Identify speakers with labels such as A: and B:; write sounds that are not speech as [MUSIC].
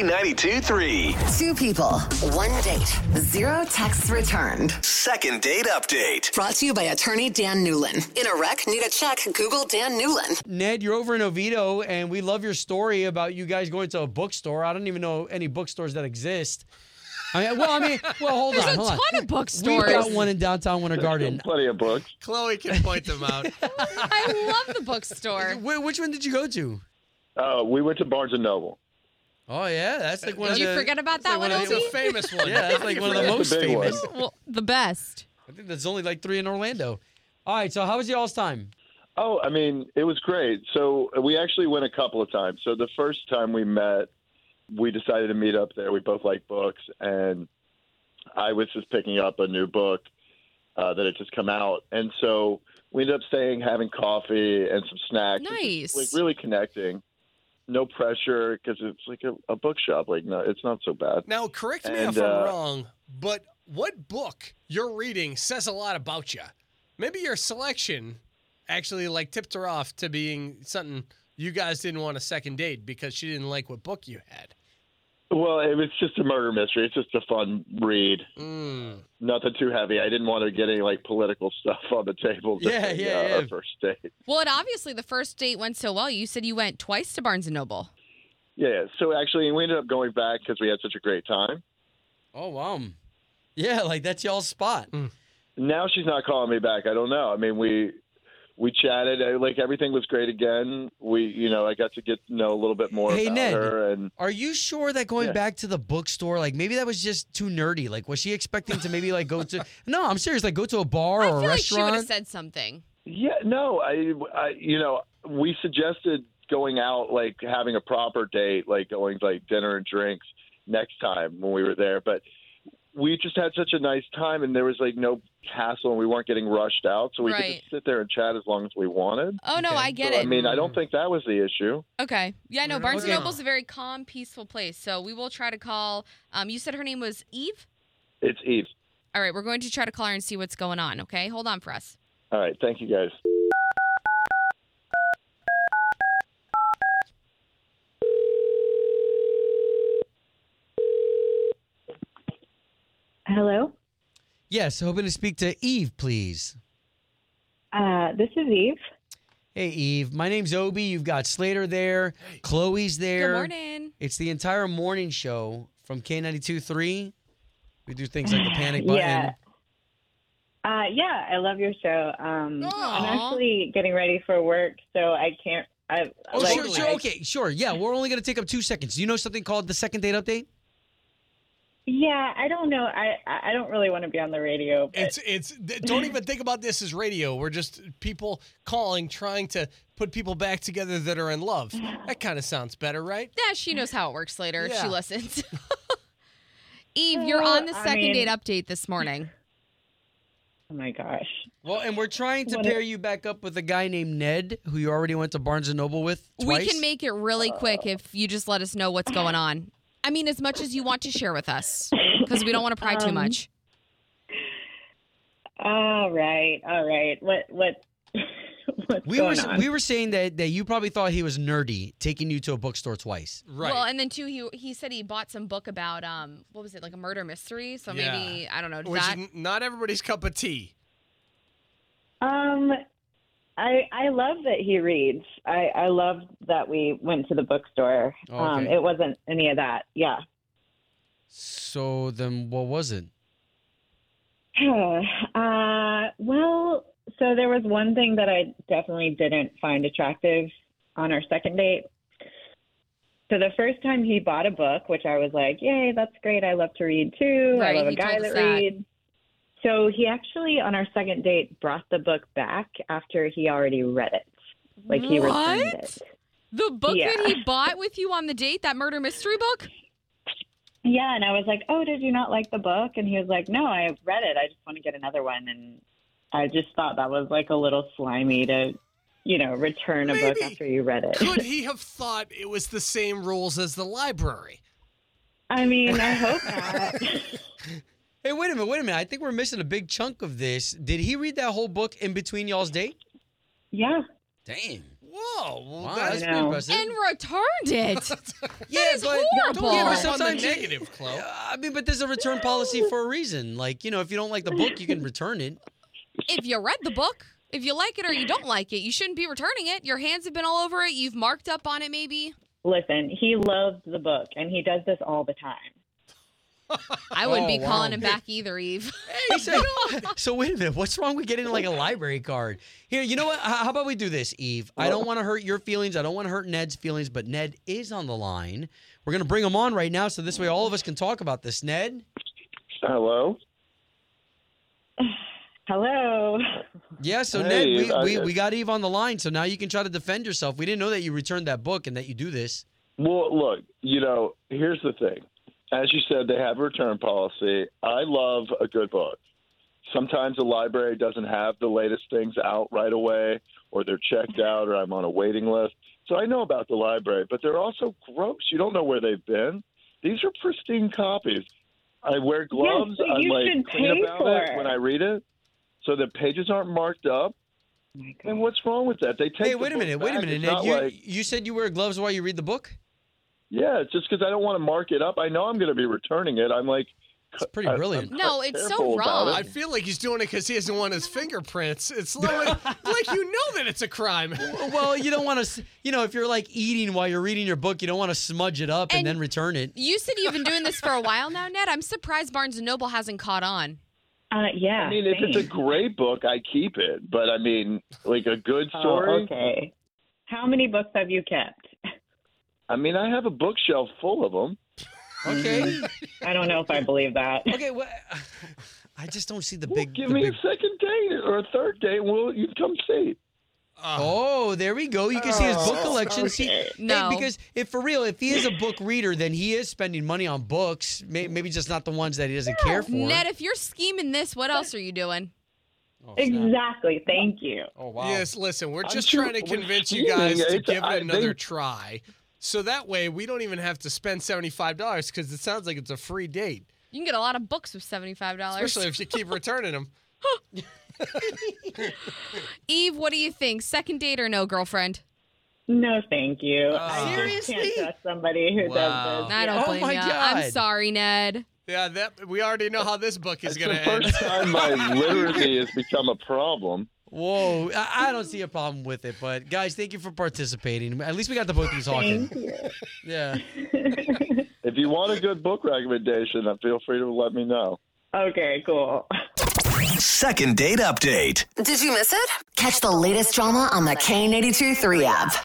A: K92 3.
B: Two people, one date, zero texts returned.
A: Second date update.
B: Brought to you by attorney Dan Newlin. In a wreck, need a check, Google Dan Newlin.
C: Ned, you're over in Oviedo, and we love your story about you guys going to a bookstore. I don't even know any bookstores that exist. I mean, well, I mean, well, hold
D: There's
C: on,
D: a
C: hold
D: ton
C: on.
D: of
C: We've
D: bookstores.
C: got one in downtown Winter Garden.
E: Plenty of books.
F: Chloe can point them out.
D: I love the bookstore.
C: [LAUGHS] Wh- which one did you go to?
E: Uh, we went to Barnes and Noble.
C: Oh yeah, that's like one.
D: Did
C: of
D: you
C: the-
D: forget about
C: that's
D: that
C: like
D: one,
C: of
F: It's
C: the-
F: a
D: Ozzy?
F: famous one.
C: Yeah, that's [LAUGHS] like one of the
E: That's a
C: most
E: big one.
C: famous.
D: [LAUGHS] Well, the best.
C: I think there's only like three in Orlando. All right, so how was y'all's time?
E: Oh, I mean, it was great. So uh, we actually went a couple of times. So the first time we met, we decided to meet up there. We both like books, and I was just picking up a new book uh, that had just come out, and so we ended up staying, having coffee and some snacks. and just,
D: Nice.
E: like really connecting. No pressure because it's like a, a bookshop. Like no, it's not so bad.
F: Now, correct me if
E: And,
F: I'm
E: uh,
F: wrong, but what book you're reading says a lot about you. Maybe your selection actually like tipped her off to being something you guys didn't want a second date because she didn't like what book you had.
E: Well, it was just a murder mystery. It's just a fun read.
F: Mm.
E: nothing too heavy. I didn't want to get any like political stuff on the table.
C: [LAUGHS] Yeah,
E: during,
C: yeah,
E: uh,
C: yeah.
E: our First date.
D: Well, and obviously the first date went so well. You said you went twice to Barnes and Noble.
E: Yeah, yeah. So actually, we ended up going back because we had such a great time.
C: Oh wow, yeah, like that's y'all's spot.
D: Mm.
E: Now she's not calling me back. I don't know. I mean, we we chatted. uh, Like everything was great again. We, you know, I got to get to know a little bit more
C: Hey,
E: about
C: Ned.
E: her. And
C: Are you sure that going
E: Yeah.
C: back to the bookstore, like maybe that was just too nerdy? Like, was she expecting to maybe like
D: [LAUGHS]
C: go to? No, I'm serious. Like, go to a bar
D: I
C: or
D: feel
C: a
D: like she would
C: restaurant.
D: have said something.
E: yeah, no, I, I, you know, we suggested going out, like having a proper date, like going to, like dinner and drinks next time when we were there, but. we just had such a nice time and there was like no hassle and we weren't getting rushed out so we could
D: Right.
E: just sit there and chat as long as we wanted
D: Oh no,
C: Okay.
D: I get
E: so,
D: it.
E: i mean i don't think that was the issue
D: okay, yeah, no. Barnes
C: Okay.
D: and Noble's a very calm, peaceful place. So we will try to call. Um, you said her name was Eve.
E: it's eve
D: All right, we're going to try to call her and see what's going on. Okay, hold on for us.
E: all right thank you guys
G: Hello,
C: yes, hoping to speak to Eve, please.
G: uh, this is Eve.
C: Hey, Eve. My name's Obi. You've got Slater there. Chloe's there.
D: Good morning.
C: It's the entire morning show from K92.3. We do things like the panic button.
G: Yeah. Uh, yeah, I love your show. Um, I'm
D: Aw.
G: actually getting ready for work, so I can't. I,
C: Oh,
G: like,
C: sure, sure.
G: I-
C: Okay, sure. Yeah, we're only going to take up two seconds. Do you know something called the second date update?
G: Yeah, I don't know. I I I don't really want to be on the radio. But,
F: It's it's th- don't even think about this as radio. We're just people calling trying to put people back together that are in love. That kind of sounds better, right?
D: Yeah, she knows how it works later. if
F: Yeah.
D: She listens. [LAUGHS] Eve, you're
G: Well,
D: on the
G: I
D: second
G: mean-
D: date update this morning.
G: oh my gosh.
C: Well, and we're trying to
G: What
C: pair you back up with a guy named Ned, who you already went to Barnes & Noble with twice.
D: We can make it really quick if you just let us know what's going on. I mean, as much as you want to share with us, because we don't want to pry too
G: Um,
D: much.
G: All right, all right. What what [LAUGHS] what's
C: We were,
G: going on?
C: we were saying that, that you probably thought he was nerdy, taking you to a bookstore twice.
F: Right.
D: Well, and then too, he he said he bought some book about um, what was it like a murder mystery? So
F: Yeah.
D: maybe I don't know. does
F: Which is
D: that
F: n- not everybody's cup of
C: [LAUGHS]
F: tea.
G: Um, I I love that he reads. I I love that we went to the bookstore.
C: Oh,
G: Um,
C: okay.
G: it wasn't any of that. Yeah.
C: So then what was it?
G: [SIGHS] uh, well, so there was one thing that I definitely didn't find attractive on our second date. So the first time he bought a book, which I was like, "Yay, that's great! I love to read too.
D: Right,
G: I love a
D: he told
G: guy
D: us
G: that,
D: that.
G: reads." So he actually, on our second date, brought the book back after he already read it. Like he returned
D: What?
G: it.
D: the book that [LAUGHS]
G: Yeah.
D: he bought with you on the date, that murder mystery book.
G: Yeah, and I was like, "Oh, did you not like the book?" And he was like, "No, I read it. I just want to get another one." And I just thought that was like a little slimy to, you know, return a book
F: Maybe.
G: after you read it.
F: Could he have thought it was the same rules as the library?
G: [LAUGHS] I mean, I hope not. [LAUGHS]
C: Hey, wait a minute, wait a minute. I think we're missing a big chunk of this. Did he read that whole book in between y'all's date?
G: yeah,
C: Damn.
F: Whoa, well,
C: Wow,
F: that's
C: that's
G: I
C: pretty
G: know.
C: impressive.
D: and returned it.
C: [LAUGHS] yeah,
D: is
C: but,
D: horrible.
C: Yeah,
F: yeah,
C: but
F: but
D: on
C: sometimes
F: sometimes
C: you-
F: negative, Chloe.
C: I mean, but there's a return policy for a reason. Like, you know, if you don't like the book, you can return it.
D: if you read the book, if you like it or you don't like it, you shouldn't be returning it. Your hands have been all over it. You've marked up on it, maybe.
G: Listen, he loves the book, and he does this all the time.
D: I wouldn't
C: Oh,
D: be
C: wow.
D: calling him back either, Eve. [LAUGHS]
C: Hey, so, [LAUGHS] so wait a minute. What's wrong with getting like a library card? Here, you know what? How how about we do this, Eve? I don't want to hurt your feelings. I don't want to hurt Ned's feelings, but Ned is on the line. We're gonna bring him on right now, so this way all of us can talk about this. Ned.
E: Hello.
G: Hello.
C: Yeah. So
E: Hey, uh, Eve,
C: Ned,
E: I-
C: we, we we got Eve on the line, so now you can try to defend yourself. We didn't know that you returned that book and that you do this.
E: Well, look, you know, here's the thing. As you said, they have a return policy. I love a good book. Sometimes the library doesn't have the latest things out right away, or they're checked out, or I'm on a waiting list. So I know about the library, but they're also gross. You don't know where they've been. These are pristine copies. I wear gloves.
G: but
E: I'm
G: you
E: like
G: should
E: clean
G: pay
E: about
G: for
E: it
G: it.
E: when I read it, so the pages aren't marked up.
G: Oh my God.
E: And what's wrong with that? They take.
C: Hey,
E: the
C: wait a
E: book
C: minute. Wait a
E: back.
C: minute,
E: It's
C: Ned.
E: not
C: You,
E: like-
C: you said you wear gloves while you read the book.
E: Yeah, it's just because I don't want to mark it up. I know I'm going to be returning it. I'm like,
C: It's pretty
E: I-
C: brilliant.
D: No, it's so
E: Careful about
D: wrong.
F: I feel like he's doing it because he doesn't want his fingerprints. It's
E: [LAUGHS]
F: like, like you know that it's a crime.
C: Well, you don't want to, you know, if you're like eating while you're reading your book, you don't want to smudge it up and,
D: And-
C: then return it.
D: You said you've been doing this for a while now, Ned. I'm surprised Barnes and Noble hasn't caught on.
G: Uh, yeah.
E: I mean, if it's a
G: same.
E: great book, I keep it. But I mean, like a good
G: Oh,
E: story.
G: okay. How many books have you kept?
E: I mean, I have a bookshelf full of them.
C: Okay.
G: I don't know if I believe that.
C: okay. Well, [LAUGHS] I just don't see the
E: Well,
C: big.
E: give
C: the
E: me
C: big-
E: a second date or a third date. Well, you can come see.
C: Oh, there we go. You can see his book collection. See,
G: okay.
C: Hey,
D: No.
C: because if for real, if he is a book reader, then he is spending money on books. May- Maybe just not the ones that he doesn't care for.
D: Ned, if you're scheming this, what else are you doing?
C: Oh, snap.
G: Exactly. Thank you.
C: Oh wow.
F: Yes, listen, we're
E: I'm
F: just
E: sure-
F: trying to
E: we're
F: convince you
E: seeing
F: guys to
E: it.
F: give it
E: I- they-
F: another try. So that way we don't even have to spend $75 because it sounds like it's a free date,
D: You can get a lot of books with $75.
F: especially if you keep returning them.
D: Eve, what do you think? Second date or no, girlfriend?
G: No, thank you. I just
C: Seriously?
G: can't trust somebody who
F: Wow.
G: does this.
D: I don't
C: Oh
D: blame
C: my
D: you.
C: God.
D: I'm sorry, Ned.
F: Yeah, that we already know how this book is
E: It's
F: going
E: the
F: to end.
E: first time my literacy has become a problem.
C: Whoa. I-, I don't see a problem with it, but guys, thank you for participating. At least we got the both of you talking.
G: Thank you.
C: Yeah.
E: If you want a good book recommendation, uh, feel free to let me know.
G: okay, cool.
A: Second date update.
B: Did you miss it? Catch the latest drama on the K82 3 app.